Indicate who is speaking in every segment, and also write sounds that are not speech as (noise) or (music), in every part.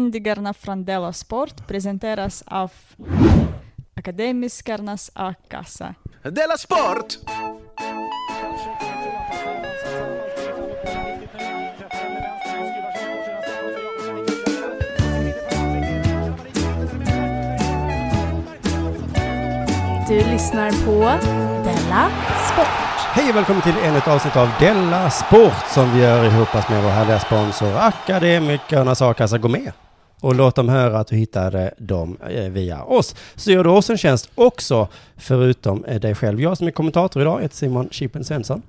Speaker 1: Sändningarna från Della Sport presenteras av Akademiskernas A-kassa.
Speaker 2: Della Sport!
Speaker 3: Du lyssnar på Della Sport.
Speaker 4: Hej och välkommen till ännu ett avsnitt av Della Sport som vi gör ihop med vår härliga sponsor Akademikernas A-kassa. Gå med och låt dem höra att du hittade dem eh, via oss. Så gör du oss en tjänst också, förutom eh, dig själv. Jag som är kommentator idag heter Simon Chippen Svensson.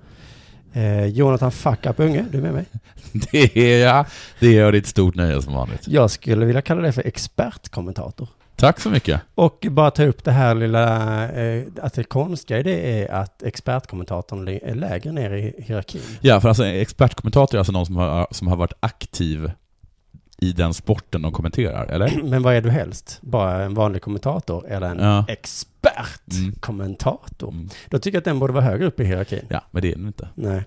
Speaker 4: Eh, Jonathan Fuck Up Unge, du är med mig.
Speaker 2: (laughs) Det är jag. Det är ett stort nöje som vanligt.
Speaker 4: Jag skulle vilja kalla dig för expertkommentator.
Speaker 2: Tack så mycket.
Speaker 4: Och bara ta upp det här lilla, eh, att det konstiga i det är att expertkommentatorn li- är lägre ner i hierarkin.
Speaker 2: Ja, för alltså expertkommentator är alltså någon som har, som har varit aktiv i den sporten de kommenterar, eller?
Speaker 4: (clears throat) Men vad är du helst? Bara en vanlig kommentator eller en
Speaker 2: Ja.
Speaker 4: expertkommentator?
Speaker 2: Mm.
Speaker 4: Då tycker jag att den borde vara högre upp i hierarkin.
Speaker 2: Ja, men det är den inte.
Speaker 4: Nej.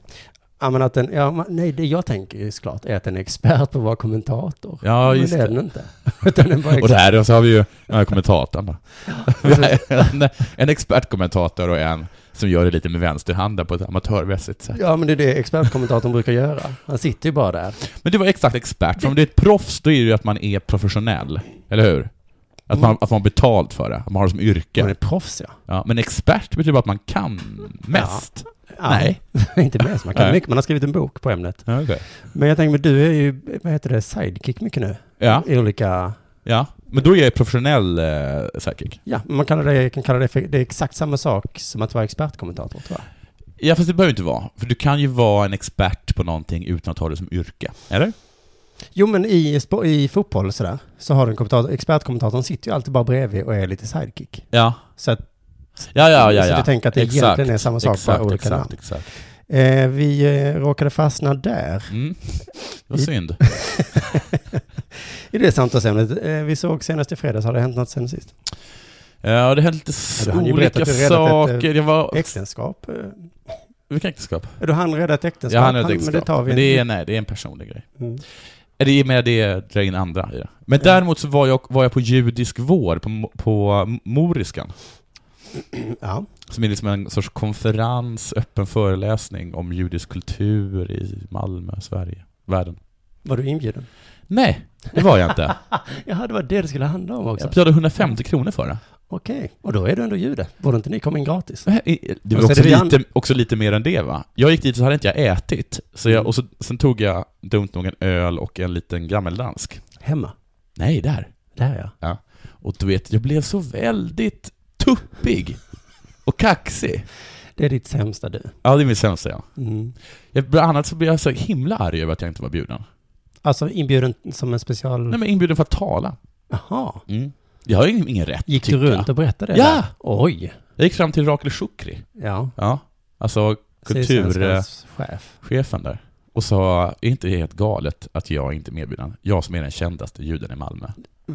Speaker 4: Ja, men att den, ja, man- nej, det jag tänker ju såklart är att den är expert på att vara kommentator.
Speaker 2: Ja, just
Speaker 4: men det är
Speaker 2: det.
Speaker 4: den inte. (laughs) Utan den bara är
Speaker 2: Och
Speaker 4: expert.
Speaker 2: där så har vi ju ja, kommentatorn då. Vi har (laughs) en, en expertkommentator och en som gör det lite med vänsterhanden på ett amatörmässigt sätt.
Speaker 4: Ja, men det är det expertkommentatorn brukar göra. Han sitter ju bara där.
Speaker 2: Men det var exakt expert, för om du är ett proffs då är det ju att man är professionell, eller hur?
Speaker 4: Mm.
Speaker 2: Att man, att man har betalt för det, att man har det som
Speaker 4: Han är
Speaker 2: yrke.
Speaker 4: proffs, ja.
Speaker 2: Ja, men expert betyder bara att man (laughs) kan mest.
Speaker 4: ja.
Speaker 2: Nej.
Speaker 4: (laughs) inte mest. Man kan
Speaker 2: Nej.
Speaker 4: mycket. Man har skrivit en bok på ämnet.
Speaker 2: Ja, okej.
Speaker 4: Men jag tänker, men du är ju, vad heter det, sidekick mycket nu.
Speaker 2: ja,
Speaker 4: I olika
Speaker 2: ja. Men då är jag professionell eh, psychic.
Speaker 4: Ja, men man kallar det, kan kalla det för, det är exakt samma sak som att vara expertkommentator tror jag.
Speaker 2: Ja, fast det behöver inte vara. För du kan ju vara en expert på någonting utan att ha det som yrke. Eller?
Speaker 4: Jo, men i, spo- i fotboll och sådär, så har du en kommentator, expertkommentatorn sitter ju alltid bara bredvid och är lite sidekick.
Speaker 2: Ja.
Speaker 4: Så att,
Speaker 2: Ja, ja, ja.
Speaker 4: Så
Speaker 2: ja.
Speaker 4: du tänker att det
Speaker 2: exakt.
Speaker 4: egentligen är samma sak, bara
Speaker 2: exakt,
Speaker 4: olika
Speaker 2: exakt,
Speaker 4: namn.
Speaker 2: exakt.
Speaker 4: eh, vi eh, råkade fastna där.
Speaker 2: Mm. (laughs) Vad
Speaker 4: I-
Speaker 2: synd.
Speaker 4: I det samtalsämnet, eh, vi såg senast i fredags, har det hänt något sen sist?
Speaker 2: Ja, det hände lite
Speaker 4: Ja, du hann ju berätta
Speaker 2: olika
Speaker 4: att du redan ett,
Speaker 2: saker. Jag var...
Speaker 4: Äktenskap? eh,
Speaker 2: Vilka äktenskap?
Speaker 4: Du hann rädda ett äktenskap?
Speaker 2: Jag hann ett
Speaker 4: Han-
Speaker 2: äktenskap.
Speaker 4: Men det tar vi
Speaker 2: men det är,
Speaker 4: inte.
Speaker 2: nej, det är en personlig grej.
Speaker 4: Mm.
Speaker 2: Eller Det är mer det drar in andra i det. Men
Speaker 4: Ja.
Speaker 2: däremot så var jag, var jag på judisk vår på, Mo- på Moriskan,
Speaker 4: Ja,
Speaker 2: som är liksom en sorts konferens, öppen föreläsning om judisk kultur i Malmö, Sverige, världen.
Speaker 4: var du inbjuden?
Speaker 2: Nej, det var jag inte.
Speaker 4: Jaha, det var det det skulle handla om också.
Speaker 2: Jag betalade 150 kronor för det.
Speaker 4: Okej, och då är du ändå jude. Borde inte ni komma in gratis?
Speaker 2: Eh, Det var
Speaker 4: Och så
Speaker 2: också
Speaker 4: är det vi
Speaker 2: lite, också lite mer än det va? Jag gick dit så hade inte jag ätit, så jag, och så, sen tog jag dumt nog en öl och en liten gammeldansk.
Speaker 4: Hemma?
Speaker 2: Nej, där.
Speaker 4: Där ja.
Speaker 2: Och du vet, jag blev så väldigt tuppig och kaxig.
Speaker 4: Det är ditt sämsta du.
Speaker 2: Ja, det är min sämsta ja.
Speaker 4: Mm.
Speaker 2: Jag, bland annat så blev jag så himla arg över att jag inte var bjuden.
Speaker 4: Alltså inbjuden som en special...
Speaker 2: Nej, men inbjuden för att tala. Mm.
Speaker 4: Jaha.
Speaker 2: Jag har ingen, ingen rätt,
Speaker 4: Gick
Speaker 2: tycker
Speaker 4: du runt
Speaker 2: Jag.
Speaker 4: och berättade det?
Speaker 2: Ja!
Speaker 4: där? Oj!
Speaker 2: jag gick fram till Rakel Shukri,
Speaker 4: Ja.
Speaker 2: ja. alltså kulturchefen
Speaker 4: CSNs chef.
Speaker 2: där, och sa, är inte det helt galet att jag inte är medbjuden? Jag som är den kändaste juden i Malmö.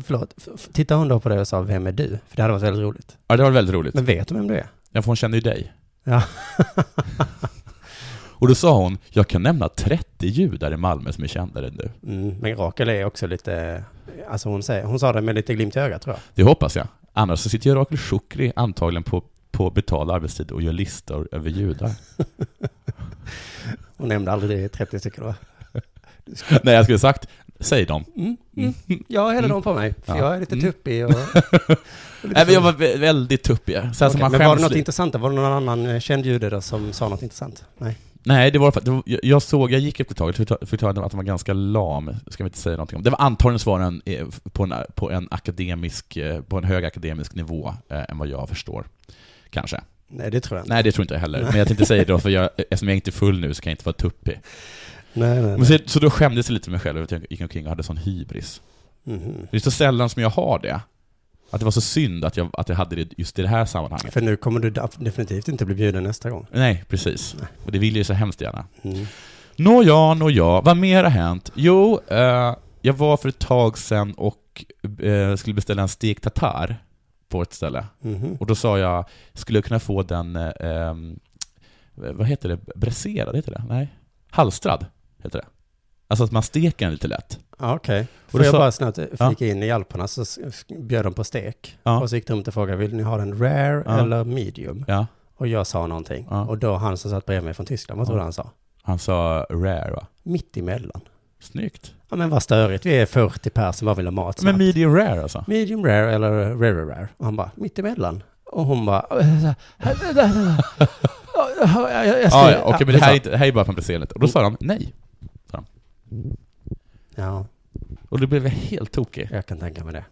Speaker 4: Förlåt, f- f- tittade hon då på dig och sa vem är du? För det hade varit väldigt roligt.
Speaker 2: Ja, det var väldigt roligt.
Speaker 4: Men vet du vem du är?
Speaker 2: Ja, för hon kände ju dig.
Speaker 4: Ja.
Speaker 2: (laughs) Och då sa hon, jag kan nämna 30 judar i Malmö som är kändare än du.
Speaker 4: Mm, men Rakel är också lite... Alltså hon, säger, hon sa det med lite glimt i ögat tror jag.
Speaker 2: Det hoppas jag. Annars så sitter jag Rakel Shukri antagligen på, på betald arbetstid och gör listor
Speaker 4: (laughs)
Speaker 2: över judar.
Speaker 4: Hon nämnde aldrig det i 30 stycken va?
Speaker 2: Nej, jag skulle sagt, säg dem.
Speaker 4: Mm, mm. Jag häller dem på mig, för
Speaker 2: Ja.
Speaker 4: jag är lite
Speaker 2: Mm.
Speaker 4: tuppig
Speaker 2: (laughs)
Speaker 4: och...
Speaker 2: Nej, men jag var vä- väldigt tuppig. Så här som
Speaker 4: Okej,
Speaker 2: man
Speaker 4: men var det
Speaker 2: skäms
Speaker 4: något
Speaker 2: lite.
Speaker 4: intressant? Var det någon annan eh, känd jude då som sa något intressant? Nej.
Speaker 2: Nej, det var för att det var- jag- jag såg, jag gick efter ett tag, för att- för att han- att han var ganska lam, ska vi inte säga någonting om. Det var antagligen så var den eh, på en, på en akademisk, eh, på en hög akademisk nivå eh, än vad jag förstår. Kanske.
Speaker 4: Nej, det tror jag inte.
Speaker 2: Nej, det tror inte jag heller. Men jag tänkte säga det då, för jag, eftersom jag inte är full nu så kan jag inte vara tuppig.
Speaker 4: Nej, nej,
Speaker 2: Men
Speaker 4: nej.
Speaker 2: så, så då skämdes jag lite med mig själv över att jag gick omkring och hade sån hybris.
Speaker 4: Mhm.
Speaker 2: Det är så sällan som jag har det. Att det var så synd att jag, att jag hade det just i det här sammanhanget.
Speaker 4: För nu kommer du def- definitivt inte bli bjuden nästa gång.
Speaker 2: Nej, precis.
Speaker 4: Nej.
Speaker 2: Och det vill jag ju så hemskt gärna.
Speaker 4: Mm.
Speaker 2: Nåja, nåja, vad mer har hänt? Jo, eh, jag var för ett tag sedan och eh, skulle beställa en stekt tatar på ett ställe.
Speaker 4: Mhm.
Speaker 2: Och då sa jag, skulle jag kunna få den, eh, ehm, vad heter det, bräserad, heter det? Nej, halstrad heter det. Alltså att man steker den lite lätt.
Speaker 4: Ja, Okej.
Speaker 2: då
Speaker 4: Får jag
Speaker 2: sa-
Speaker 4: bara snabbt eh,
Speaker 2: Ja.
Speaker 4: flika in i Alperna så s- s- bjöd de på stek.
Speaker 2: Ja.
Speaker 4: Och så gick de runt och frågade, vill ni ha den rare
Speaker 2: Ja.
Speaker 4: eller medium?
Speaker 2: Ja.
Speaker 4: Och jag sa någonting.
Speaker 2: Ja.
Speaker 4: Och då han som satt bredvid mig från Tyskland, vad tror du
Speaker 2: Ja.
Speaker 4: han sa?
Speaker 2: Han sa rare va?
Speaker 4: Mitt emellan.
Speaker 2: Snyggt.
Speaker 4: Ja men vad störigt, vi är 40 personer som bara vill ha mat.
Speaker 2: Men medium rare alltså?
Speaker 4: medium rare eller rare rare. Och han bara, mitt emellan. Och hon bara... Jag
Speaker 2: Ja,
Speaker 4: skulle-
Speaker 2: Ah, ja, okej, men det här, är inte, det här är bara fantiserandet. Och då sa de nej.
Speaker 4: Ja,
Speaker 2: Och då blev jag helt tokig.
Speaker 4: jag kan tänka mig det.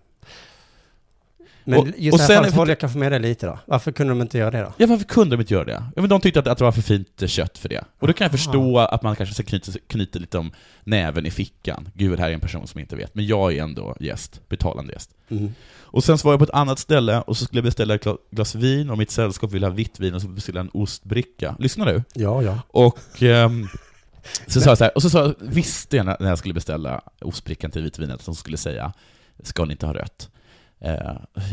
Speaker 4: Men
Speaker 2: Och-
Speaker 4: just i
Speaker 2: och
Speaker 4: det här
Speaker 2: sen-
Speaker 4: fallet håller jag kanske med dig lite då. Varför kunde de inte göra det då?
Speaker 2: Ja, varför kunde de inte göra det? Ja, men de tyckte att, att det var för fint eh, kött för det. Och då kan jag förstå att man kanske knyter, knyter lite om näven i fickan. Gud, här är en person som inte vet. Men jag är ändå gäst, betalande gäst.
Speaker 4: Mm.
Speaker 2: Och sen så var jag på ett annat ställe och så skulle jag beställa ett gla- glas vin och mitt sällskap ville ha vitt vin och så beställde jag en ostbricka. Lyssna nu.
Speaker 4: Ja, ja.
Speaker 2: Och ehm, så sa jag så här, och så sa jag, visste jag när när jag skulle beställa ostbrickan till vitvinet, som skulle säga ”Ska ni inte ha rött?” Eh,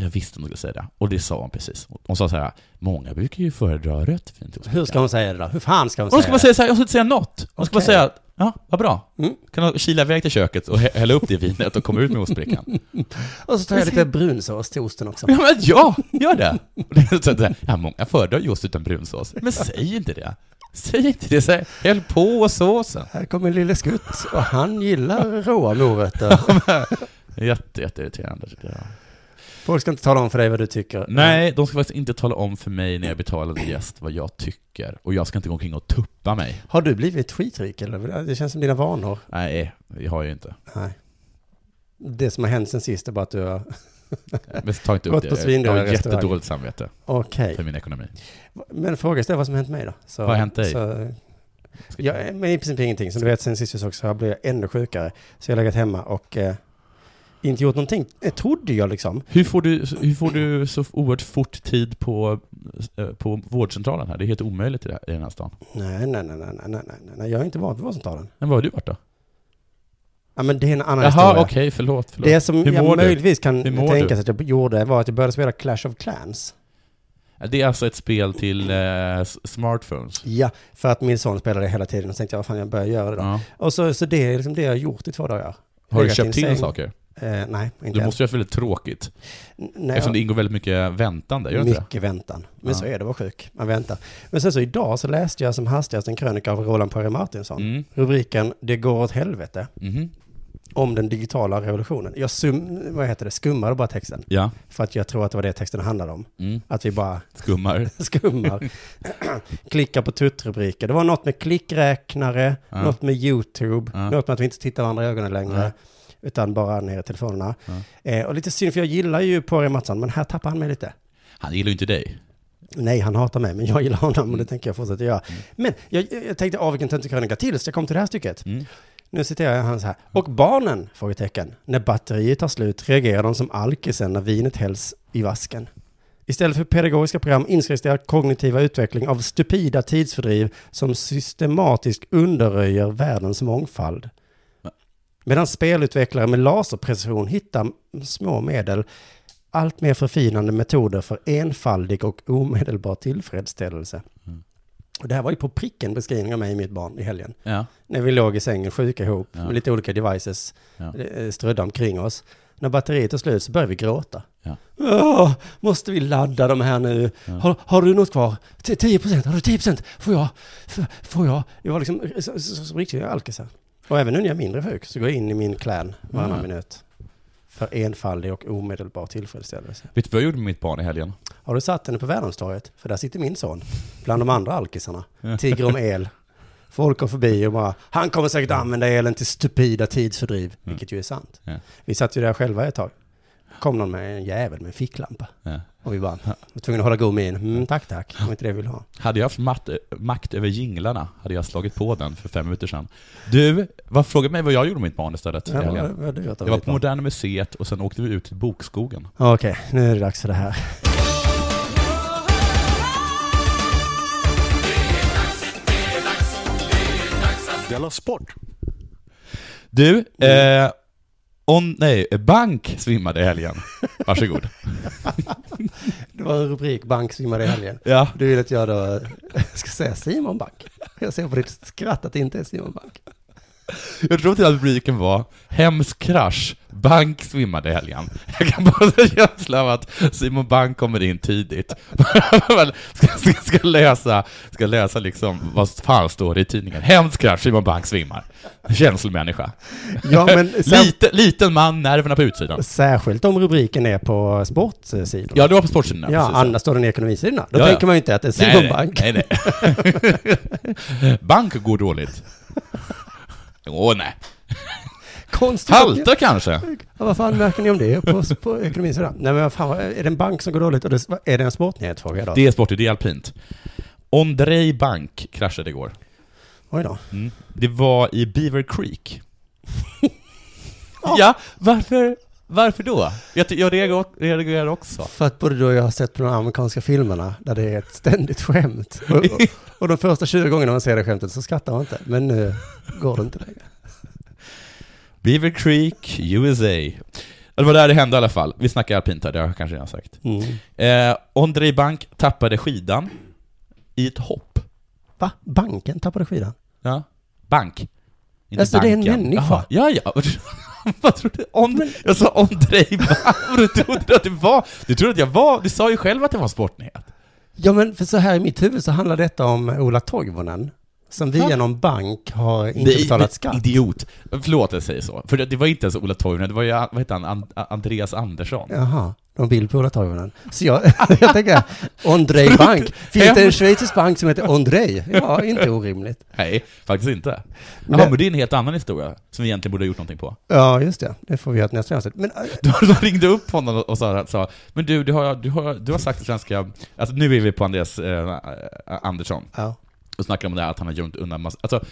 Speaker 2: Jag visste hon skulle säga det, och det sa hon precis. Hon sa så här, många brukar ju föredra rött vin till ostbrickan.
Speaker 4: Hur ska hon säga det då? Hur fan ska hon,
Speaker 2: Hon ska
Speaker 4: säga
Speaker 2: bara
Speaker 4: det?
Speaker 2: säga så här, hon ska inte säga något. Hon ska bara
Speaker 4: Okej.
Speaker 2: säga ”Ja, vad bra”.
Speaker 4: Mm.
Speaker 2: Kan du kila iväg till köket och hä- hälla upp det vinet och komma ut med
Speaker 4: (laughs)
Speaker 2: ostbrickan?
Speaker 4: Och så tar jag lite brunsås till osten också.
Speaker 2: Ja, men ja, gör det! Och det är så här, ja, många föredrar ju ost utan brunsås. Men säg inte det. Säg inte det, säg, häll på såsen.
Speaker 4: Här kommer Lille Skutt och han gillar råa morötter.
Speaker 2: (laughs) Jätte, jätteirriterande tycker jag.
Speaker 4: Folk ska inte tala om för dig vad du tycker.
Speaker 2: Nej, de ska faktiskt inte tala om för mig när jag betalar en gäst vad jag tycker. Och jag ska inte gå omkring och tuppa mig.
Speaker 4: Har du blivit skitrik eller? Det känns som dina vanor.
Speaker 2: Nej, det har jag ju inte.
Speaker 4: Nej. Det som har hänt sen sist är bara att du har...
Speaker 2: Men ta inte upp
Speaker 4: Gått
Speaker 2: det.
Speaker 4: på
Speaker 2: jag
Speaker 4: svindel i
Speaker 2: har
Speaker 4: restaurang.
Speaker 2: jättedåligt samvete
Speaker 4: Okej.
Speaker 2: för min ekonomi.
Speaker 4: Men fråga istället vad som har hänt mig då. Så,
Speaker 2: Vad har hänt dig?
Speaker 4: Så, ja, eh, men i princip ingenting. Som du vet sen sist vi såg så här blev jag ännu sjukare. Så jag har legat hemma och eh, inte gjort någonting. Eh, trodde jag liksom.
Speaker 2: Hur får, du, hur får du så oerhört fort tid på, eh, på vårdcentralen här? Det är helt omöjligt i det här- i den här stan.
Speaker 4: Nej, nej, nej, nej, nej, nej, nej, nej. Jag är inte van vid vårdcentralen.
Speaker 2: Men var har du varit då?
Speaker 4: Ja, men det är en annan
Speaker 2: Jaha,
Speaker 4: historia.
Speaker 2: okej, förlåt. förlåt.
Speaker 4: Det som
Speaker 2: Hur mår
Speaker 4: jag
Speaker 2: du?
Speaker 4: möjligtvis kan
Speaker 2: Hur mår
Speaker 4: tänka
Speaker 2: du?
Speaker 4: sig att jag gjorde var att jag började spela Clash of Clans.
Speaker 2: Det är alltså ett spel till eh, s- smartphones?
Speaker 4: Ja, för att min son spelade hela tiden och så tänkte jag, vad fan jag börjar göra det då.
Speaker 2: Ja.
Speaker 4: Och så, så det är liksom det jag har gjort i två dagar.
Speaker 2: Har du
Speaker 4: Legat i en
Speaker 2: köpt in
Speaker 4: säng.
Speaker 2: saker?
Speaker 4: Eh, nej, inte
Speaker 2: Du
Speaker 4: än.
Speaker 2: måste ju ha haft väldigt tråkigt,
Speaker 4: N- nej,
Speaker 2: eftersom det ingår väldigt mycket väntande, gör det inte det?
Speaker 4: Mycket väntan. Men
Speaker 2: Ja.
Speaker 4: så är det, var sjuk. Man väntar. Men sen så idag så läste jag som hastigast en krönika av Roland Poirier Martinsson.
Speaker 2: Mm.
Speaker 4: Rubriken Det går åt helvete
Speaker 2: Mhm.
Speaker 4: om den digitala revolutionen. Jag sum, vad heter det, skummade bara texten.
Speaker 2: Ja.
Speaker 4: För att jag tror att det var det texten handlade om.
Speaker 2: Mm.
Speaker 4: Att vi bara (laughs)
Speaker 2: Skummar.
Speaker 4: skummar. (clears throat) Klicka på tuttrubriker. Det var något med klickräknare,
Speaker 2: Ja.
Speaker 4: något med YouTube,
Speaker 2: Ja.
Speaker 4: något med att vi inte tittar varandra i ögonen längre.
Speaker 2: Nej.
Speaker 4: Utan bara ner i telefonerna. Eh, och lite synd, för jag gillar ju Poirier Mattsson, men här tappar han mig lite.
Speaker 2: Han gillar ju inte dig.
Speaker 4: Nej, han hatar mig, men jag gillar honom och det tänker jag fortsätta göra. Men jag, jag jag tänkte, av vilken töntig krönika tills jag kom till det här stycket.
Speaker 2: Mm.
Speaker 4: Nu citerar jag han så här. Och barnen? Frågetecken. När batteriet tar slut reagerar de som alkisen när vinet hälls i vasken. Istället för pedagogiska program inskrivs deras kognitiva utveckling av stupida tidsfördriv som systematiskt underröjer världens mångfald. Medan spelutvecklare med laserprecision hittar små medel allt mer förfinande metoder för enfaldig och omedelbar tillfredsställelse. Och det här var ju på pricken beskrivning av mig och mitt barn i helgen.
Speaker 2: Ja.
Speaker 4: När vi låg i sängen sjuka ihop
Speaker 2: Ja.
Speaker 4: med lite olika devices
Speaker 2: Ja.
Speaker 4: eh, strödda omkring oss. När batteriet är slut så börjar vi gråta.
Speaker 2: Ja.
Speaker 4: Åh, måste vi ladda de här nu? Har, har du något kvar? T- 10 procent? Har du 10 procent? Får jag? F- Får jag? Det var liksom så- så- som riktiga alkisar. Och även nu när jag är mindre sjuk så går jag in i min clan varannan
Speaker 2: Mm.
Speaker 4: minut. För enfaldig och omedelbar tillfredsställelse.
Speaker 2: Vet du vad jag gjorde med mitt barn i helgen?
Speaker 4: Har du satt henne på Värmlandstorget? För där sitter min son. Bland de andra alkisarna. Tigger om el. Folk går förbi och bara, han kommer säkert använda elen till stupida tidsfördriv. Vilket ju är sant.
Speaker 2: Mm. Ja.
Speaker 4: Vi satt ju där själva ett tag. Kom någon med en jävel med en ficklampa.
Speaker 2: Ja.
Speaker 4: Och vi bara, var tvungna att hålla god min. Mm, tack, tack. Det var inte det vi ville ha.
Speaker 2: Hade jag haft makt, makt över jinglarna hade jag slagit på den för fem minuter sedan. Du, vad, fråga mig vad jag gjorde med mitt barn istället i
Speaker 4: Ja, vad-
Speaker 2: helgen.
Speaker 4: vad du vet om
Speaker 2: Jag var
Speaker 4: ditt
Speaker 2: på
Speaker 4: barn.
Speaker 2: Moderna Museet och sen åkte vi ut till Bokskogen.
Speaker 4: Ja, Okej, nu är det dags för det här.
Speaker 5: Della Sport!
Speaker 2: Du,
Speaker 4: Mm.
Speaker 2: eh, on, nej, bank svimmade
Speaker 4: (laughs)
Speaker 2: i helgen. Varsågod.
Speaker 4: Det var en rubrik, Bank svimmade i helgen.
Speaker 2: ja.
Speaker 4: Du vill att (laughs) jag då eh, ska säga Simon Bank. Jag ser på ditt skratt att det inte är Simon Bank.
Speaker 2: Jag tror till att rubriken var ”Hemsk krasch, Bank svimmade i helgen”. Jag kan bara ha en känsla av att Simon Bank kommer in tidigt. (laughs) ska, ska, ska läsa, ska läsa liksom, vad fan står det i tidningen? ”Hemsk krasch, Simon Bank svimmar”. Känslomänniska. Eh,
Speaker 4: Ja,
Speaker 2: (laughs)
Speaker 4: men sen,
Speaker 2: Lite, liten man, nerverna på utsidan.
Speaker 4: särskilt om rubriken är på sportsidorna.
Speaker 2: Ja, det var på sportsidorna.
Speaker 4: Ja,
Speaker 2: precis.
Speaker 4: annars står den i ekonomisidorna. Då
Speaker 2: Ja, ja.
Speaker 4: tänker man ju inte att det är
Speaker 2: Nej,
Speaker 4: Simon
Speaker 2: nej,
Speaker 4: Bank.
Speaker 2: Nej, nej. (laughs) bank går dåligt.
Speaker 4: (laughs)
Speaker 2: Åh nej.
Speaker 4: Konstigt.
Speaker 2: Halta kanske?
Speaker 4: Ja, vad fan märker ni om det på, på ekonomisidan? Nej, men vad fan, vad- är det en bank som går dåligt? Och det, vad- är det en sportnyhet frågar jag då?
Speaker 2: Det är sportigt, det är alpint. Ondrej Bank kraschade igår.
Speaker 4: Oj då.
Speaker 2: Mm. Det var i Beaver Creek. (laughs) ja, varför, varför då? Jag, ty- jag reagerar- reagerar också.
Speaker 4: För att både du och jag har sett på de amerikanska filmerna där det är ett ständigt skämt. Och, och, och de första 20 gångerna man ser det skämtet så skrattar man inte. Men nu går det inte längre.
Speaker 2: Beaver Creek, USA. Det var där det hände i alla fall. Vi snackar alpint här, det har jag kanske redan sagt.
Speaker 4: Mm.
Speaker 2: Eh, Ondrej Bank tappade skidan i ett hopp.
Speaker 4: Va? Banken tappade skidan?
Speaker 2: Ja. Bank. Inte
Speaker 4: Alltså, det är en människa.
Speaker 2: Jaha. Ja, ja. (laughs) Vad tro- Vad trodde du? Om, Jag sa (laughs) Ondrej Bank, och du trodde att det var... Du trodde att jag var... Du sa ju själv att det var en sportnyhet.
Speaker 4: Ja, men för så här i mitt huvud så handlar detta om eh, Ola Toivonen. Som via någon bank har inte
Speaker 2: Det-
Speaker 4: betalat
Speaker 2: det-
Speaker 4: skatt.
Speaker 2: Idiot. Förlåt att jag säger så. För det, det var inte ens Ola Toivonen, det var ju, vad heter han, An- Andreas Andersson.
Speaker 4: Jaha, de bild på Ola Toivonen. Så jag, (laughs) jag tänker, Ondrej Bank. Finns det en schweizisk bank som heter Ondrej? Ja, inte orimligt.
Speaker 2: Nej, faktiskt inte.
Speaker 4: Men-
Speaker 2: Men, Jaha, men det är en helt annan historia, som vi egentligen borde ha gjort någonting på. (laughs)
Speaker 4: Ja, just det. Det får vi göra till nästa avsnitt. Men äh,
Speaker 2: Då de ringde upp honom och sa, sa men du, du har, du, har, du har sagt till svenska, alltså nu är vi på Andreas eh, eh, Andersson,
Speaker 4: ja.
Speaker 2: och snackar om det här att han har gömt undan massa, alltså,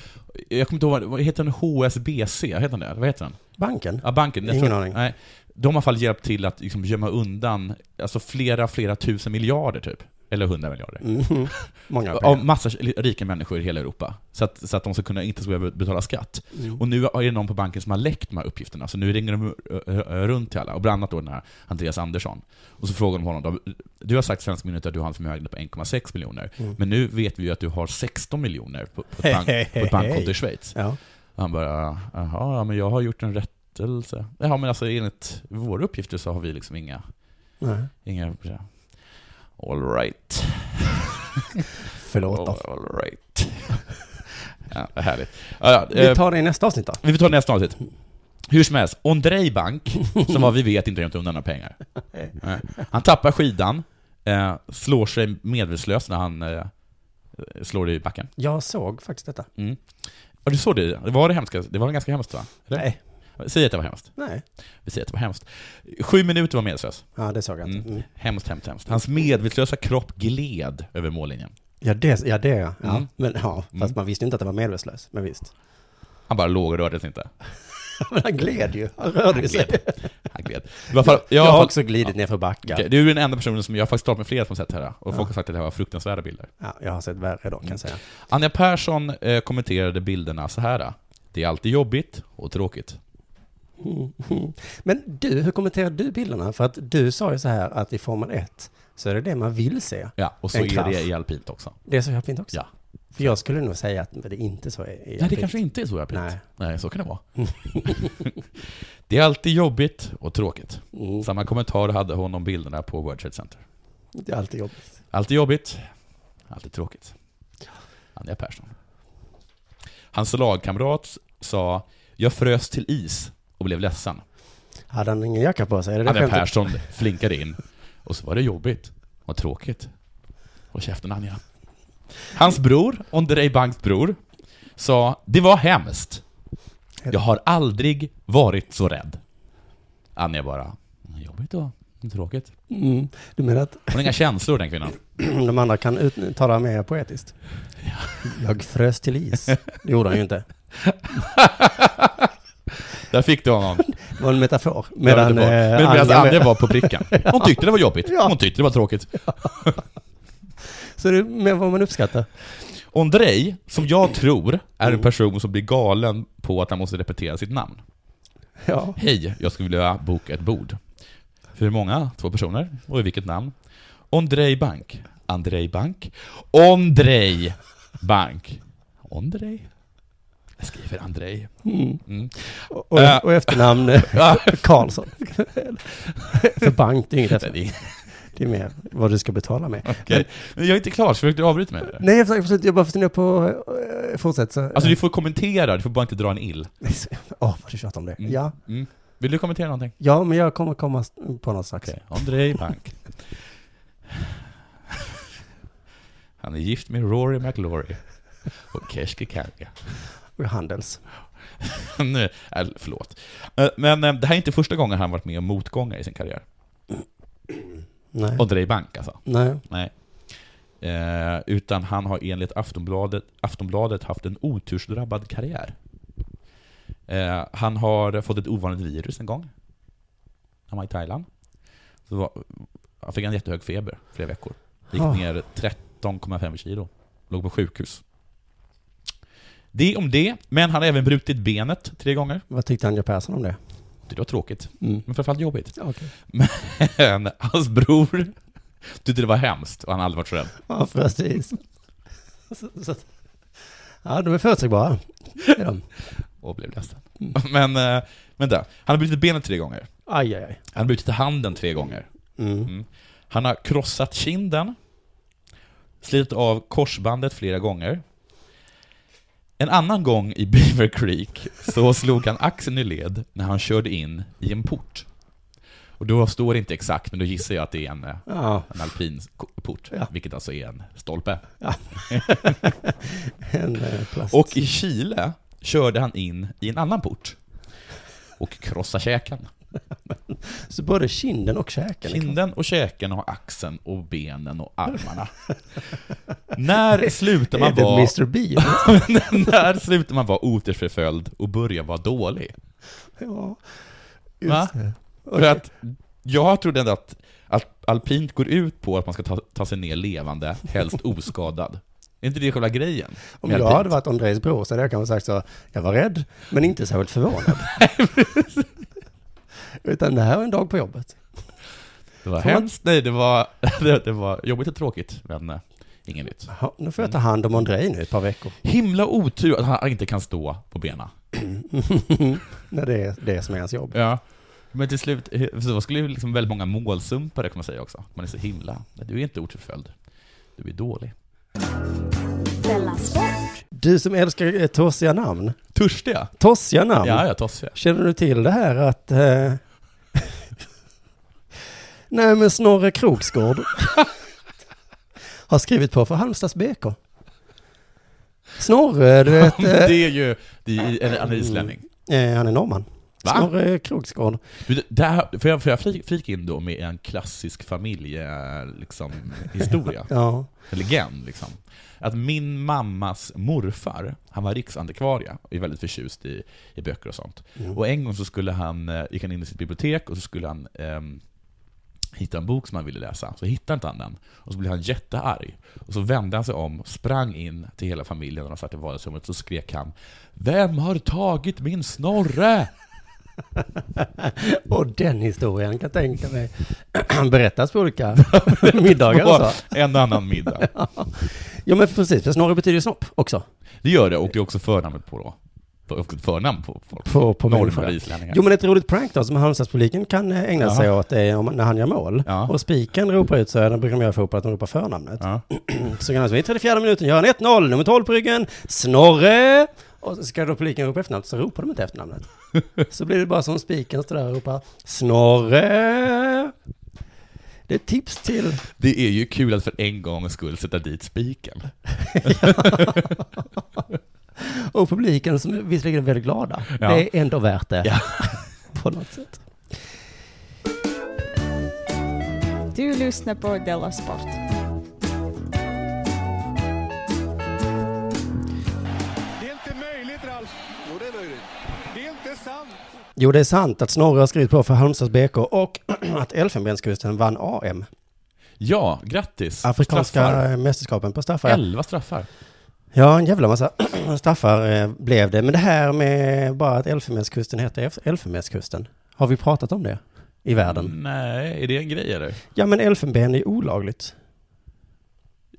Speaker 2: jag kommer inte ihåg, vad- vad heter den HSBC? Heter den det? Vad heter den?
Speaker 4: banken.
Speaker 2: Ja, banken. Jag
Speaker 4: Ingen
Speaker 2: tror,
Speaker 4: aning.
Speaker 2: Nej, de har i alla fall hjälpt till att liksom gömma undan, alltså flera, flera tusen miljarder typ. Eller hundra miljarder.
Speaker 4: Mhm. (laughs) Många
Speaker 2: Av
Speaker 4: pengar.
Speaker 2: massa rika människor i hela Europa. Så att, så att de ska kunna, inte ska behöva betala skatt.
Speaker 4: Mm.
Speaker 2: Och nu är det någon på banken som har läckt de här uppgifterna, så nu ringer de ö, ö, ö, runt till alla, och bland annat då den här Andreas Andersson. Och så frågar de honom då, du har sagt till svenska myndigheter att du har en förmögenhet på 1,6 miljoner,
Speaker 4: Mm.
Speaker 2: men nu vet vi ju att du har 16 miljoner på, på, ett, bank, på ett bankkonto i Schweiz.
Speaker 4: Ja.
Speaker 2: Och han bara, jaha, ja, men jag har gjort en rättelse. Ja, men alltså enligt våra uppgifter så har vi liksom inga...
Speaker 4: Nej.
Speaker 2: inga all right.
Speaker 4: Förlåt då.
Speaker 2: All, all right. (laughs) ja, vad härligt. Ja, ja,
Speaker 4: Vi
Speaker 2: eh,
Speaker 4: tar det i nästa avsnitt då.
Speaker 2: vi får ta nästa avsnitt. Hur som helst, Ondrej Bank, som vad vi vet inte gömt undan några
Speaker 4: (laughs)
Speaker 2: pengar. Nej. Han tappar skidan, eh, slår sig medvetslös när han eh, slår i backen.
Speaker 4: Jag såg faktiskt detta.
Speaker 2: Mm. Ja, du såg det? Det var det hemska? Det var ganska hemskt va? Eller?
Speaker 4: Nej.
Speaker 2: Säg att det var hemskt.
Speaker 4: Nej.
Speaker 2: Vi säger att det var hemskt. Sju minuter var medvetslös.
Speaker 4: Ja, det såg jag inte. Mm.
Speaker 2: Hemskt, hemskt, hemskt. Hans medvetslösa kropp gled över mållinjen.
Speaker 4: Ja, det, ja, det ja. ja.
Speaker 2: Mm.
Speaker 4: Men ja, fast
Speaker 2: Mm.
Speaker 4: man visste inte att det var medvetslös. Men visst. (laughs)
Speaker 2: Han bara låg och rörde sig inte.
Speaker 4: Men han gled ju. Han rörde sig.
Speaker 2: (laughs) Han gled. I alla fall,
Speaker 4: Jag
Speaker 2: i alla
Speaker 4: har
Speaker 2: fall-
Speaker 4: också glidit ner för backar.
Speaker 2: Okej, du är den enda personen som jag har faktiskt talat med flera som sett det här, och folk har sagt att det här var fruktansvärda bilder.
Speaker 4: Ja, jag har sett värre då kan
Speaker 2: Mm.
Speaker 4: jag säga. (laughs)
Speaker 2: Anja Persson eh, kommenterade bilderna så här. Det är alltid jobbigt och tråkigt.
Speaker 4: Men du, hur kommenterar du bilderna? För att du sa ju så här att i Formel 1 så är det det man vill se.
Speaker 2: Ja, och så
Speaker 4: En
Speaker 2: är
Speaker 4: krasch.
Speaker 2: det i alpint också.
Speaker 4: Det är så jag inte också.
Speaker 2: Ja.
Speaker 4: För jag skulle nog säga att det inte så är. är
Speaker 2: Nej, det kanske inte är så i alpint.
Speaker 4: Nej. Mm.
Speaker 2: Nej. så kan det vara. (laughs) det är alltid jobbigt och tråkigt.
Speaker 4: Mm,
Speaker 2: Samma kommentar hade hon om bilderna på World Trade Center.
Speaker 4: det är alltid jobbigt.
Speaker 2: Alltid jobbigt, alltid tråkigt. Anja Persson. Hans lagkamrat sa ”Jag frös till is och blev ledsen”.
Speaker 4: Hade han ingen jacka på sig? Är det det
Speaker 2: Anja
Speaker 4: skämtet?
Speaker 2: Persson flinkade in. Och så var det jobbigt. Och tråkigt. Och käften Anja. Hans bror, Ondrej Banks bror, sa Det var hemskt. Jag har aldrig varit så rädd. Anja bara "Mm, Jobbigt och tråkigt.
Speaker 4: Mm. Du menar att (clears throat)
Speaker 2: Hon har inga känslor den kvinnan.
Speaker 4: de andra kan uttala mer poetiskt? Jag frös till is. Det gjorde han ju
Speaker 2: (laughs)
Speaker 4: inte.
Speaker 2: Där fick du honom.
Speaker 4: Det var en metafor.
Speaker 2: Jag vet
Speaker 4: Medan
Speaker 2: inte vad.
Speaker 4: eh,
Speaker 2: Men medan
Speaker 4: Anja-
Speaker 2: Anja var på brickan. Hon tyckte det var jobbigt. Hon tyckte det var tråkigt.
Speaker 4: Så det är mer vad man uppskattar.
Speaker 2: Ondrej, som jag tror är
Speaker 4: Mm.
Speaker 2: en person som blir galen på att han måste repetera sitt namn.
Speaker 4: Ja.
Speaker 2: Hej, jag skulle vilja boka ett bord. För hur många? Två personer. Och i vilket namn? Ondrej Bank. Andrej Bank. Ondrej Bank. Ondrej? Jag skriver Andrej.
Speaker 4: Mm.
Speaker 2: Mm.
Speaker 4: Och, och,
Speaker 2: Äh.
Speaker 4: och efternamn eh,
Speaker 2: (laughs) Ja. (laughs)
Speaker 4: Karlsson. För bank, det är inget
Speaker 2: Det
Speaker 4: efter.
Speaker 2: är-
Speaker 4: Det är mer vad du ska betala med.
Speaker 2: Okej. Men jag är inte klar, så försökte du avbryta mig? eller?
Speaker 4: Nej, jag, försöker- jag bara funderar på... eh, Fortsätt. Så,
Speaker 2: Alltså du får kommentera, du får bara inte dra en ill.
Speaker 4: (laughs) Åh, vad du tjatar om det.
Speaker 2: Mm.
Speaker 4: Ja.
Speaker 2: Mm. Vill du kommentera någonting?
Speaker 4: ja, men jag kommer komma s- på något strax.
Speaker 2: Okej, Andrej Bank. Han är gift med Rory McLaury och Keshki Kanga.
Speaker 4: Och Handels.
Speaker 2: (laughs) Nu, äh, förlåt. Eh, Men eh, det här är inte första gången han varit med om motgångar i sin karriär.
Speaker 4: Nej.
Speaker 2: Andrej Bank alltså.
Speaker 4: Nej.
Speaker 2: Nej. Eh, utan han har enligt Aftonbladet, Aftonbladet haft en otursdrabbad karriär. Eh, han har fått ett ovanligt virus en gång. Han var i Thailand. Så var, han fick en jättehög feber flera veckor. Gick
Speaker 4: Ah.
Speaker 2: ner 13,5 kilo. Låg på sjukhus. Det om det, men han har även brutit benet tre gånger.
Speaker 4: Vad tyckte Anja Persson om det?
Speaker 2: Det var tråkigt,
Speaker 4: Mm.
Speaker 2: men framförallt jobbigt.
Speaker 4: Okej.
Speaker 2: Men hans bror tyckte det var hemskt och han hade aldrig varit så rädd.
Speaker 4: Ja, precis. (laughs) så, så. att- Ja, de är förutsägbara. Det är de.
Speaker 2: och blev ledsen. Men eh, vänta, han har brutit benet tre gånger.
Speaker 4: Aj, aj, aj.
Speaker 2: Han har brutit handen tre gånger.
Speaker 4: Mm.
Speaker 2: Mm. Han har krossat kinden, slitit av korsbandet flera gånger. En annan gång i Beaver Creek så slog han axeln i led när han körde in i en port. Och då står det inte exakt, men då gissar jag att det är en, eh,
Speaker 4: Ja,
Speaker 2: en alpin ko- port,
Speaker 4: Ja.
Speaker 2: vilket alltså är en stolpe.
Speaker 4: en eh, plast.
Speaker 2: Och i Chile körde han in i en annan port och krossade käken.
Speaker 4: Så både kinden och käken. liksom. är kvar.
Speaker 2: Kinden och käken och axeln och benen och armarna. när slutar man
Speaker 4: Är (laughs) det
Speaker 2: vara...
Speaker 4: Mr. Bean?
Speaker 2: (laughs) när slutar man vara otursförföljd och börjar vara dålig?
Speaker 4: ja.
Speaker 2: Va?
Speaker 4: Just det.
Speaker 2: För att jag trodde ändå att, att alpint går ut på att man ska ta, ta sig ner levande, helst oskadad. Är inte det själva grejen?
Speaker 4: Om
Speaker 2: med
Speaker 4: jag
Speaker 2: alpint?
Speaker 4: hade varit Andrejs bror så hade jag kanske sagt så, jag var rädd, men inte särskilt
Speaker 2: (laughs)
Speaker 4: förvånad. Utan det här var en dag på jobbet.
Speaker 2: Det var
Speaker 4: Får man-
Speaker 2: hemskt, nej det var, (laughs) det, det var jobbigt och tråkigt, men eh, inget nytt.
Speaker 4: Jaha, nu får jag ta
Speaker 2: Mm.
Speaker 4: hand om Andrej nu i ett par
Speaker 2: (laughs)
Speaker 4: veckor.
Speaker 2: Himla otur att han inte kan stå på benen.
Speaker 4: När det är det som är hans jobb.
Speaker 2: Ja. Men till slut, så skulle ju liksom väldigt många målsumpare kunna säga också. Man är så himla, nej, du är inte oturförföljd. Du är dålig.
Speaker 3: Della Sport.
Speaker 4: Du som älskar eh, tossiga namn.
Speaker 2: Törstiga?
Speaker 4: Tossiga namn.
Speaker 2: Ja, ja, tossiga.
Speaker 4: Känner du till det här att... Eh... (laughs) Nej, men Snorre Kroksgård har skrivit på för Halmstads BK. Snorre, du (laughs) vet,
Speaker 2: (laughs) Men
Speaker 4: eh,
Speaker 2: Det är ju, det är ju en, en islänning.
Speaker 4: eh, han är norrman.
Speaker 2: Va?
Speaker 4: Snorre Kroksgård.
Speaker 2: Du, det här, får jag, får jag flika, flika in då med en klassisk familjehistoria? Liksom,
Speaker 4: (laughs)
Speaker 2: historia?
Speaker 4: Ja.
Speaker 2: En legend, liksom. Att min mammas morfar, han var riksantikvarie och är väldigt förtjust i, i böcker och sånt.
Speaker 4: Mm.
Speaker 2: Och en gång så skulle han, eh, gick han in i sitt bibliotek och så skulle han ehm, hitta en bok som han ville läsa. Så hittade inte han den. Och så blev han jättearg. Och så vände han sig om, sprang in till hela familjen när de satt i vardagsrummet, så skrek han ”Vem har tagit min Snorre?”
Speaker 4: Och den historien kan jag tänka mig. (clears throat) Han berättas på (laughs) olika middagar och
Speaker 2: På
Speaker 4: så.
Speaker 2: en annan middag.
Speaker 4: Ja men precis, för Snorre betyder ju snopp också.
Speaker 2: Det gör det, och det är också förnamnet på då. Det är också ett förnamn på folk.
Speaker 4: På, på
Speaker 2: Norrmän
Speaker 4: människor.
Speaker 2: och islänningar.
Speaker 4: Jo men ett roligt prank då som Halmstadspubliken kan eh, ägna
Speaker 2: Ja.
Speaker 4: sig åt är om, när han gör mål.
Speaker 2: Ja.
Speaker 4: Och spiken ropar ut så här, det brukar de göra för fotboll, att de ropar förnamnet.
Speaker 2: Ja.
Speaker 4: (clears throat) Så kan han säga i 34 minuten gör han 1-0, nummer 12 på ryggen, Snorre! Och så ska då publiken ropa efternamnet, så ropar de inte
Speaker 2: (laughs)
Speaker 4: efternamnet. så blir det bara som spiken står där och ropar Snorre! Det är ett tips till
Speaker 2: Det är ju kul att för en gångs skull sätta dit spiken.
Speaker 4: Och publiken som visserligen är väldigt glada.
Speaker 2: Ja.
Speaker 4: Det är ändå värt det.
Speaker 2: Ja.
Speaker 4: (laughs) På något sätt.
Speaker 1: Du lyssnar på Della Sport.
Speaker 5: Det är inte möjligt, Ralf. Jo, det är möjligt. Det är inte sant.
Speaker 4: Jo, det är sant att Snorre har skrivit på för Halmstads BK och (clears throat) att Elfenbenskusten vann AM.
Speaker 2: Ja, grattis!
Speaker 4: Afrikanska
Speaker 2: Straffar.
Speaker 4: mästerskapen på straffar.
Speaker 2: Elva straffar.
Speaker 4: Ja, en jävla massa (clears throat) straffar eh, blev det. Men det här med bara att Elfenbenskusten heter Elf- Elfenbenskusten. Har vi pratat om det i världen?
Speaker 2: Mm. Nej, är det en grej eller?
Speaker 4: Ja, men elfenben är olagligt.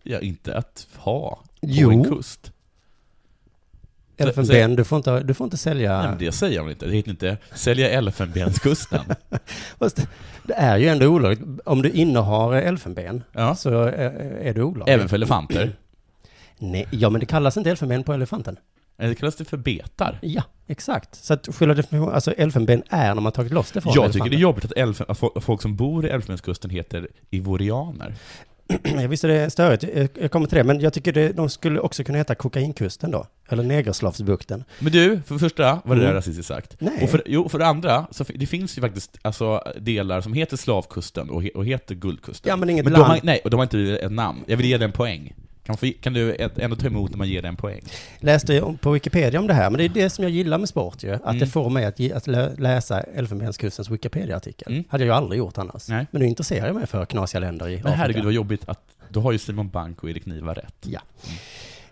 Speaker 2: Ja, inte att ha på
Speaker 4: Jo.
Speaker 2: en kust.
Speaker 4: Elfenben, du får inte, du får inte
Speaker 2: Nej,
Speaker 4: sälja...
Speaker 2: men det säger hon inte. Det heter inte
Speaker 4: (laughs)
Speaker 2: sälja elfenbenskusten.
Speaker 4: Fast det är ju ändå olagligt. Om du innehar elfenben
Speaker 2: Ja.
Speaker 4: så är, är det olagligt.
Speaker 2: Även för elefanter.
Speaker 4: Nej, ja, men det kallas inte elfenben på elefanten.
Speaker 2: Eller Det kallas det för betar.
Speaker 4: Ja, exakt. Så att själva definitionen, alltså elfenben är när man tagit loss det från
Speaker 2: Jag tycker det är
Speaker 4: elefanten.
Speaker 2: jobbigt att, elfen, att fo- folk som bor i Elfenbenskusten heter ivorianer.
Speaker 4: (clears throat) Jag visste det är störigt, Jag- jag kommer till det. Men jag tycker det, de skulle också kunna heta kokainkusten då. Eller negerslavsbukten.
Speaker 2: Men du, för det första var det där
Speaker 4: Mm.
Speaker 2: rasistiskt sagt.
Speaker 4: Nej.
Speaker 2: Och för, jo, för det andra, så fi- det finns ju faktiskt alltså, delar som heter slavkusten och, he, och heter guldkusten.
Speaker 4: Ja, men inget
Speaker 2: de
Speaker 4: land.
Speaker 2: har, nej, och de har inte blivit ett namn. Jag vill ge dig en poäng. Kan, få- kan du ett- ändå ta emot när man ger dig en poäng?
Speaker 4: Läste om- på Wikipedia om det här, men det är det som jag gillar med sport ju. Att
Speaker 2: Mm.
Speaker 4: det får mig att, ge- att lä- läsa Elfenbenskustens Wikipedia-artikel.
Speaker 2: Mm.
Speaker 4: Hade jag ju aldrig gjort annars.
Speaker 2: Nej.
Speaker 4: Men nu intresserar jag mig för knasiga länder i
Speaker 2: Men
Speaker 4: Afrika.
Speaker 2: herregud vad jobbigt att då har ju Simon Bank och Erik Niva rätt.
Speaker 4: Ja.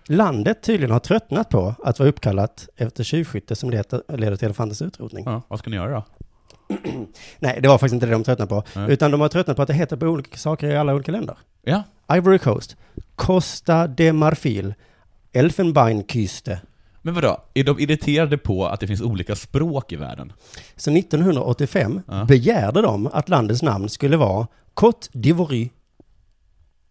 Speaker 4: Landet tydligen har tröttnat på att vara uppkallat efter tjuvskytte som leder, leder till elefantens utrotning.
Speaker 2: Ja, vad ska ni göra då?
Speaker 4: Nej, det var faktiskt inte det de tröttnade på.
Speaker 2: Nej.
Speaker 4: Utan de har tröttnat på att det heter på olika saker i alla olika länder.
Speaker 2: Ja,
Speaker 4: Ivory Coast, Costa de Marfil, Elfenbeinküste.
Speaker 2: men vadå? Är de irriterade på att det finns olika språk i världen?
Speaker 4: Så 1985
Speaker 2: Ja.
Speaker 4: begärde de att landets namn skulle vara Côte d'Ivoire.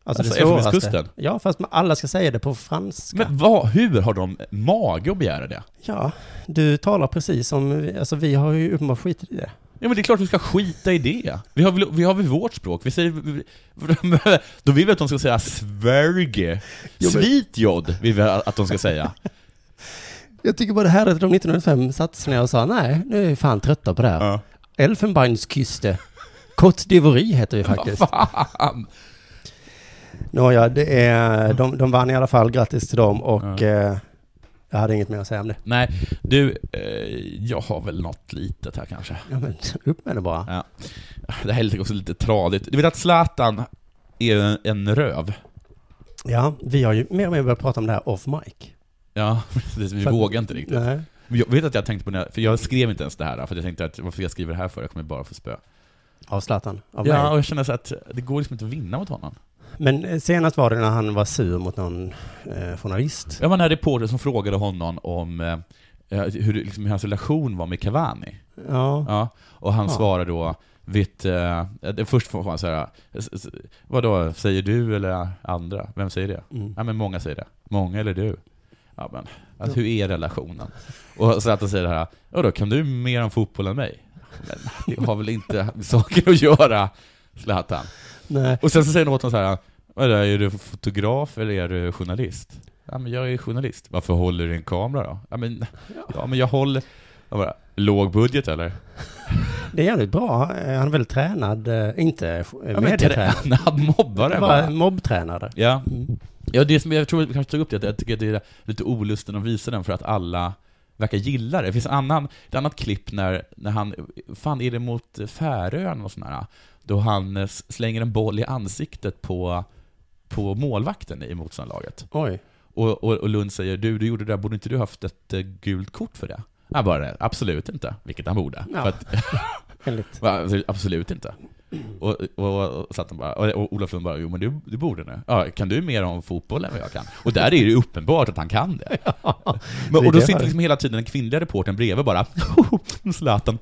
Speaker 4: Alltså,
Speaker 2: Alltså
Speaker 4: det svåraste.
Speaker 2: Elfenbenskusten?
Speaker 4: Ja, fast man- alla ska säga det på franska.
Speaker 2: Men vad, hur har de mage att begära det?
Speaker 4: Ja, du talar precis som, alltså vi har ju uppenbart skitit i det.
Speaker 2: Ja men det är klart vi ska skita i det. Vi har väl, vi har väl vårt språk. Vi säger... (laughs) Då vill vi att de ska säga Sverige.
Speaker 4: Jo, men-
Speaker 2: Svitjod vill vi att de ska säga. (laughs)
Speaker 4: Jag tycker bara det här är att de 1905 satte sig ner och sa nej, nu är vi fan trötta på det här.
Speaker 2: Ja.
Speaker 4: Elfenbeinsküste. Côte d'Ivoire heter
Speaker 2: (laughs)
Speaker 4: vi faktiskt.
Speaker 2: Fan!
Speaker 4: Nåja, det är, de, de vann i alla fall, grattis till dem och
Speaker 2: Ja.
Speaker 4: eh, jag hade inget mer att säga om det.
Speaker 2: Nej, du, eh, jag har väl något litet här kanske.
Speaker 4: Ja, men, (laughs) upp med det bara.
Speaker 2: Ja. Det här är också lite tradigt. Du vet att Zlatan är en, en röv?
Speaker 4: Ja, vi har ju mer och mer börjat prata om det här off mic.
Speaker 2: Ja, (laughs) precis. Vi
Speaker 4: För-
Speaker 2: vågar inte riktigt.
Speaker 4: Nej.
Speaker 2: Men Jag vet att jag tänkte på det här, för jag skrev inte ens det här, för jag tänkte att varför jag skriver det här för, jag kommer bara få spö.
Speaker 4: Av Zlatan, av
Speaker 2: Ja,
Speaker 4: mig.
Speaker 2: och jag känner så att det går liksom inte att vinna mot honom.
Speaker 4: Men eh, senast var det när han var sur mot någon eh, journalist.
Speaker 2: Jag var den här reportern som frågade honom om eh, eh, hur, det- liksom, hur hans relation var med Cavani.
Speaker 4: Ja.
Speaker 2: Ja, och han
Speaker 4: Ja.
Speaker 2: svarade då, vet, eh, det- först var han så här, s- s- vadå, säger du eller andra? Vem säger det?
Speaker 4: Mm.
Speaker 2: Ja men många säger det. Många eller du? Ja men, alltså, hur är relationen? Och Zlatan säger det här, ja då kan du mer om fotboll än mig? Men det har väl inte med saker att göra, Zlatan?
Speaker 4: Nej.
Speaker 2: Och sen så säger han åt honom så här, vadå, är du fotograf eller är du journalist? Ja men jag är journalist. Varför håller du i en kamera då? Ja men, ja, men jag håller... Jag bara, låg budget eller?
Speaker 4: Det är jävligt bra. Eh, Han är väldigt tränad, eh, inte Mm. eh,
Speaker 2: Ja, men
Speaker 4: medietränad.
Speaker 2: (laughs) tränad mobbare
Speaker 4: Bara
Speaker 2: bara.
Speaker 4: mobbtränare.
Speaker 2: Ja.
Speaker 4: Mm.
Speaker 2: ja, det som jag tror vi kanske tog upp det, att jag tycker att det är lite olusten att visa den för att alla verkar gilla det. Det finns en annan, ett annat klipp när, när han, fan är det mot Färöarna och sådär, då han eh, s- slänger en boll i ansiktet på, på målvakten i motståndarlaget.
Speaker 4: Oj.
Speaker 2: Och, och, och Lund säger du, du gjorde det där, borde inte du haft ett eh, gult kort för det? Han bara, absolut inte, vilket han borde.
Speaker 4: Ja.
Speaker 2: För att, (laughs)
Speaker 4: Enligt.
Speaker 2: Va, alltså, Absolut inte. Och, och, och, och, Zlatan bara, och, och Olof Lund bara, jo men du, du borde nu. Ja, kan du mer om fotboll än vad jag kan? Och där är det ju uppenbart att han
Speaker 4: (laughs)
Speaker 2: kan det. Men,
Speaker 4: det
Speaker 2: och då
Speaker 4: är det.
Speaker 2: sitter liksom hela tiden den kvinnliga reportern bredvid bara, (laughs) Zlatan,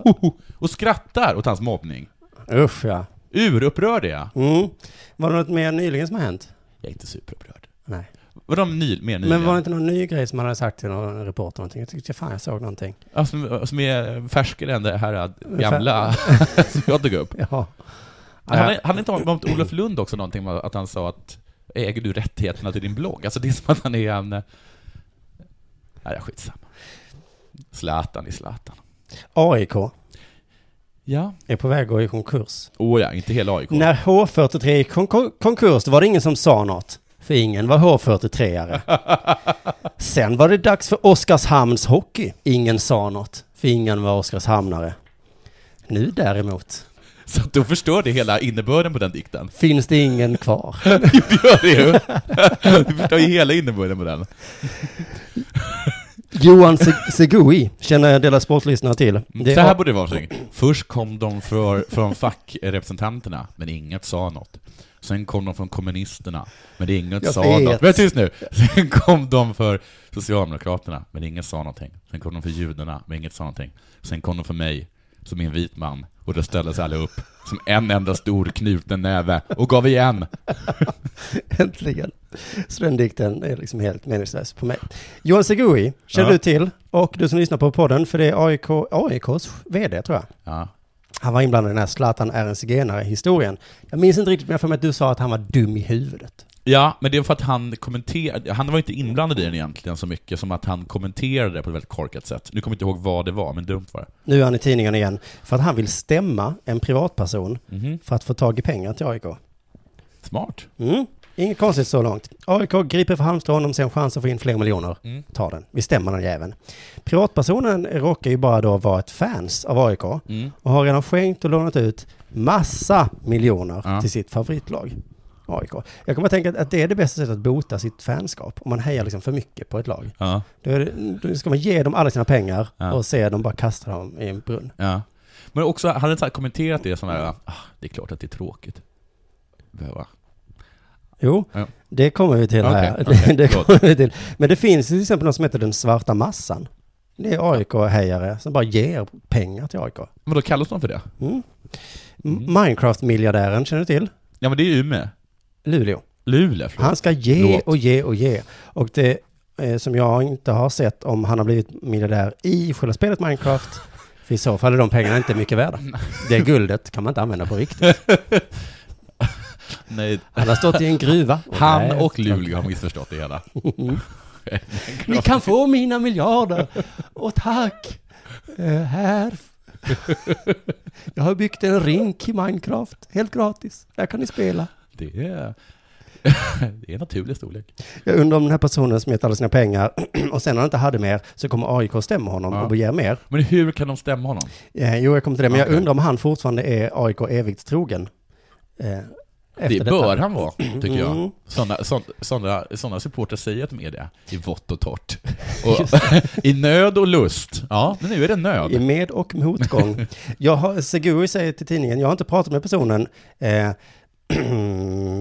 Speaker 2: (laughs) och skrattar åt hans mobbning.
Speaker 4: Usch ja.
Speaker 2: Urupprörd är jag.
Speaker 4: Mm. Var det något mer nyligen som har hänt?
Speaker 2: Jag är inte superupprörd.
Speaker 4: Nej.
Speaker 2: Var de ny, mer nyligen?
Speaker 4: Men var det inte någon ny grej som han hade sagt till någon reporter någonting? Jag tyckte fan jag såg någonting.
Speaker 2: Ja, som, som är färskare än det här gamla (laughs) som jag tog upp. Eh,
Speaker 4: Ja.
Speaker 2: Han hade, hade inte varit mot Olof Lund också någonting med att han sa att äger du rättigheterna till din blogg? Alltså det är som att han är en... eh, Nej, skitsamma. Zlatan i Zlatan.
Speaker 4: AIK
Speaker 2: Ja.
Speaker 4: är på väg att gå i konkurs.
Speaker 2: Åh Oh ja, inte hela AIK.
Speaker 4: När H43 gick kon- konkurs, då var det ingen som sa något. För ingen var (laughs) H43-are. Sen var det dags för Oskarshamns hockey. Ingen sa något, för ingen var Oskarshamnare. Nu däremot
Speaker 2: Så att då förstör det hela innebörden på den dikten. (laughs)
Speaker 4: finns det ingen kvar.
Speaker 2: Jo, det gör det ju! Du förstör ju hela innebörden på den.
Speaker 4: Johan Se- Segui känner Della Sport-lyssnare till. Det
Speaker 2: Mm. Så
Speaker 4: är-
Speaker 2: här borde det vara någonting. Först kom de för, från fackrepresentanterna, men inget sa något. Sen kom de från kommunisterna, men inget
Speaker 4: Jag
Speaker 2: sa
Speaker 4: vet.
Speaker 2: något. Men tyst nu! Sen kom de för Socialdemokraterna, men ingen sa någonting. Sen kom de för judarna, men inget sa någonting. Sen kom de för mig, som är en vit man, och då ställdes alla upp som en enda stor knuten näve och gav igen.
Speaker 4: (laughs) Äntligen. Så den dikten är liksom helt meningslös på mig. Johan Segui känner
Speaker 2: Ja.
Speaker 4: du till och du som lyssnar på podden, för det är AIK, AIKs vd tror jag.
Speaker 2: Ja.
Speaker 4: Han var inblandad i den här Zlatan är en zigenare-historien. Jag minns inte riktigt, men jag får med att du sa att han var dum i huvudet.
Speaker 2: Ja, men det är för att han kommenterade, han var inte inblandad i den egentligen så mycket som att han kommenterade det på ett väldigt korkat sätt. Nu kommer jag inte ihåg vad det var, men dumt var det.
Speaker 4: Nu är han i tidningen igen för att han vill stämma en privatperson
Speaker 2: Mhm.
Speaker 4: för att få tag i pengar till AIK.
Speaker 2: Smart.
Speaker 4: Mm. Inget konstigt så långt. AIK griper för Halmstad honom, sen chans att få in fler miljoner.
Speaker 2: Mm.
Speaker 4: Ta den. Vi stämmer den jäveln. Privatpersonen råkar ju bara då vara ett fans av AIK
Speaker 2: Mm.
Speaker 4: och har redan skänkt och lånat ut massa miljoner
Speaker 2: Ja.
Speaker 4: till sitt favoritlag. AIK. Jag kommer att tänka att- att det är det bästa sättet att bota sitt fanskap. Om man hejar liksom för mycket på ett lag.
Speaker 2: Ja,
Speaker 4: Då, är det, då ska man ge dem alla sina pengar
Speaker 2: Ja.
Speaker 4: och se dem bara kasta dem i en brunn.
Speaker 2: ja. Men också, han hade så här kommenterat det som här, ah, det är klart att det är tråkigt. Behöva.
Speaker 4: Jo,
Speaker 2: Ja.
Speaker 4: det kommer vi till
Speaker 2: Okej,
Speaker 4: här.
Speaker 2: okej,
Speaker 4: (laughs) det
Speaker 2: gott.
Speaker 4: kommer vi till. Men det finns till exempel något som heter den svarta massan. Det är AIK-hejare som bara ger pengar till AIK.
Speaker 2: Men då kallas de för det?
Speaker 4: Mm.
Speaker 2: Mm.
Speaker 4: Minecraft-miljardären känner du till?
Speaker 2: Ja men det är ju med
Speaker 4: Luleå.
Speaker 2: Luleå, förlåt.
Speaker 4: Han ska ge
Speaker 2: Låt.
Speaker 4: och ge och ge. Och det eh, som jag inte har sett om han har blivit miljardär i själva spelet
Speaker 2: (laughs)
Speaker 4: Minecraft, för i så fall är de pengarna inte mycket värda. Det guldet kan man inte använda på riktigt.
Speaker 2: Nej.
Speaker 4: Han har stått i en gruva.
Speaker 2: Han och Luleå har missförstått det hela.
Speaker 4: Ni kan få mina miljarder. Och tack. Eh, här. Jag har byggt en rink i Minecraft. Helt gratis. Där kan ni spela.
Speaker 2: Det är, (laughs) det är naturlig storlek.
Speaker 4: Jag undrar om den här personen smet alla sina pengar (clears throat) och sen när han inte hade mer så kommer AIK stämma honom
Speaker 2: Ja.
Speaker 4: och ger mer.
Speaker 2: Men hur kan de stämma honom?
Speaker 4: Eh, jo, jag kommer till det. Men jag
Speaker 2: Okej.
Speaker 4: undrar om han fortfarande är AIK evigt trogen. Eh, efter
Speaker 2: det bör han vara, tycker
Speaker 4: Mm.
Speaker 2: jag. Sådana såna, såna, såna supportrar säger att de är det, i vått
Speaker 4: (laughs)
Speaker 2: och torrt. Och, (laughs) I nöd och lust. Ja, men nu är det
Speaker 4: I
Speaker 2: nöd.
Speaker 4: med och
Speaker 2: (laughs)
Speaker 4: motgång. jag har, Seguri säger till tidningen, jag har inte pratat med personen. Eh, (clears throat)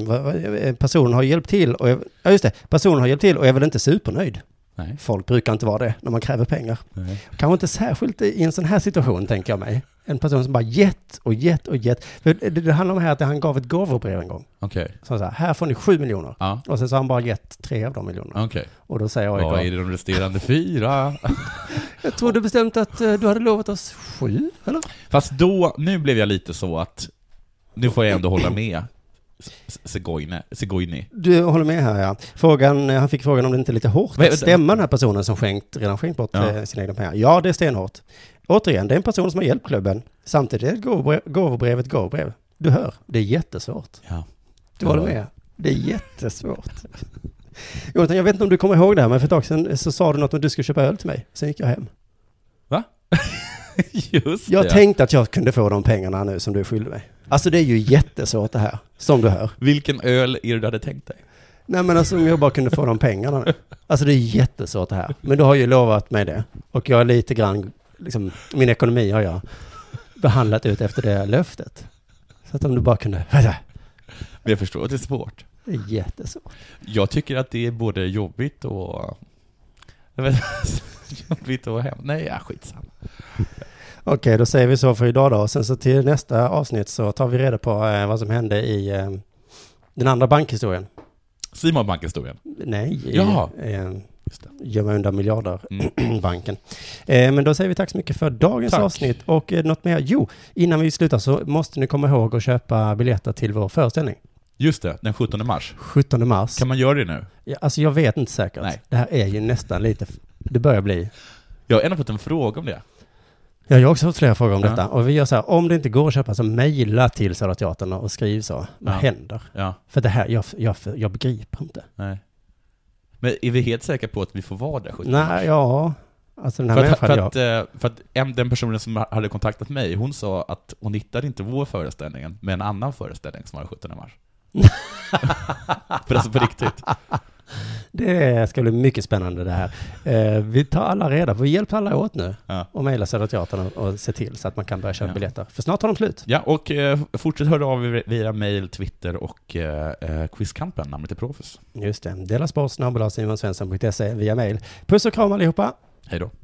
Speaker 4: vad- vad- personen har hjälpt till och jag, ja just det, personen har hjälpt till och är väl inte supernöjd.
Speaker 2: Nej.
Speaker 4: Folk brukar inte vara det när man kräver pengar.
Speaker 2: Nej.
Speaker 4: Kanske inte särskilt i en sån här situation, tänker jag mig. En person som bara gett och gett och gett. För det, det handlar om här att han gav ett gåvobrev en gång.
Speaker 2: Okej.
Speaker 4: Så han sa, här får ni sju miljoner.
Speaker 2: Ja,
Speaker 4: Och sen så har han bara gett tre av de miljonerna.
Speaker 2: okej.
Speaker 4: Och då säger
Speaker 2: Vad är
Speaker 4: AIK,
Speaker 2: det de resterande fyra?
Speaker 4: jag trodde bestämt att eh, du hade lovat oss sju, eller?
Speaker 2: Fast då, nu blev jag lite så att, nu får jag ändå hålla med S- Segoine, Segoini.
Speaker 4: Du håller med här ja. Frågan, eh, han fick frågan om det inte är lite hårt
Speaker 2: Men-
Speaker 4: att stämma den här personen som skänkt, redan skänkt bort
Speaker 2: Ja.
Speaker 4: eh, sina egna pengar. Ja, det är stenhårt. Återigen, det är en person som har hjälpt klubben. Samtidigt är ett gåvobrev- gåvobrev ett gåvobrev. Du hör, det är jättesvårt.
Speaker 2: Ja.
Speaker 4: Du håller med? Det är jättesvårt. Jonathan, jag vet inte om du kommer ihåg det här, men för ett tag sedan eh, så sa du något om att du skulle köpa öl till mig. Sen gick jag hem.
Speaker 2: (laughs) Just
Speaker 4: Jag
Speaker 2: det.
Speaker 4: tänkte att jag kunde få de pengarna nu som du skyllde mig. Alltså det är ju jättesvårt det här, som du hör.
Speaker 2: Vilken öl är det du hade tänkt dig?
Speaker 4: Nej men alltså om jag bara kunde få de pengarna nu. Alltså det är jättesvårt det här. Men du har ju lovat mig det. Och jag är lite grann, liksom, min ekonomi har jag behandlat ut efter det löftet. Så att om du bara kunde,
Speaker 2: Men jag förstår att det är svårt.
Speaker 4: det är jättesvårt.
Speaker 2: Jag tycker att det är både jobbigt och... Jag vet, (laughs) jobbigt och hem. Nej, ja, skitsamma.
Speaker 4: Okej, då säger vi så för idag då. Och sen så till nästa avsnitt så tar vi reda på eh, vad som hände i eh, den andra bankhistorien.
Speaker 2: Simon Bank-historien.
Speaker 4: Nej, i,
Speaker 2: Jaha.
Speaker 4: eh,
Speaker 2: Just det.
Speaker 4: gömma undan miljarder. (clears throat)
Speaker 2: Mm.
Speaker 4: banken. Eh, men då säger vi tack så mycket för dagens
Speaker 2: Tack.
Speaker 4: avsnitt. Och eh, något mer? Jo, innan vi slutar så måste ni komma ihåg att köpa biljetter till vår föreställning.
Speaker 2: Just det, den 17 mars.
Speaker 4: 17 mars.
Speaker 2: Kan man göra det nu?
Speaker 4: Ja, Alltså jag vet inte säkert.
Speaker 2: Nej.
Speaker 4: Det här är ju nästan lite... f- Det börjar bli...
Speaker 2: Jag har ändå fått en fråga om det.
Speaker 4: Ja, jag har också fått flera frågor om
Speaker 2: Ja.
Speaker 4: detta. Och vi gör så här, om det inte går att köpa så mejla till Södra Teatern och skriv så. Vad
Speaker 2: Ja.
Speaker 4: händer?
Speaker 2: Ja,
Speaker 4: För det här, jag, jag, jag begriper inte.
Speaker 2: nej. Men är vi helt säkra på att vi får vara där 17 mars?
Speaker 4: Nej, ja. Alltså den här
Speaker 2: För att,
Speaker 4: människan,
Speaker 2: för,
Speaker 4: jag,
Speaker 2: att, eh, för att en, den personen som hade kontaktat mig, hon sa att hon hittade inte vår föreställning, men en annan föreställning som var den 17 mars. för alltså på riktigt.
Speaker 4: Det ska bli mycket spännande det här. Eh, vi tar alla reda på, vi hjälper alla åt nu
Speaker 2: Ja.
Speaker 4: och mejlar Södra Teatern och, och se till så att man kan börja köpa
Speaker 2: Ja.
Speaker 4: biljetter. För snart tar de slut.
Speaker 2: Ja, och eh, fortsätt höra av er via mail, Twitter och eh, eh, Quizkampen, namnet är Profus.
Speaker 4: Just det. Dela sport, snabel-a simonsvensson.se via mejl. Puss och kram allihopa.
Speaker 2: Hej då.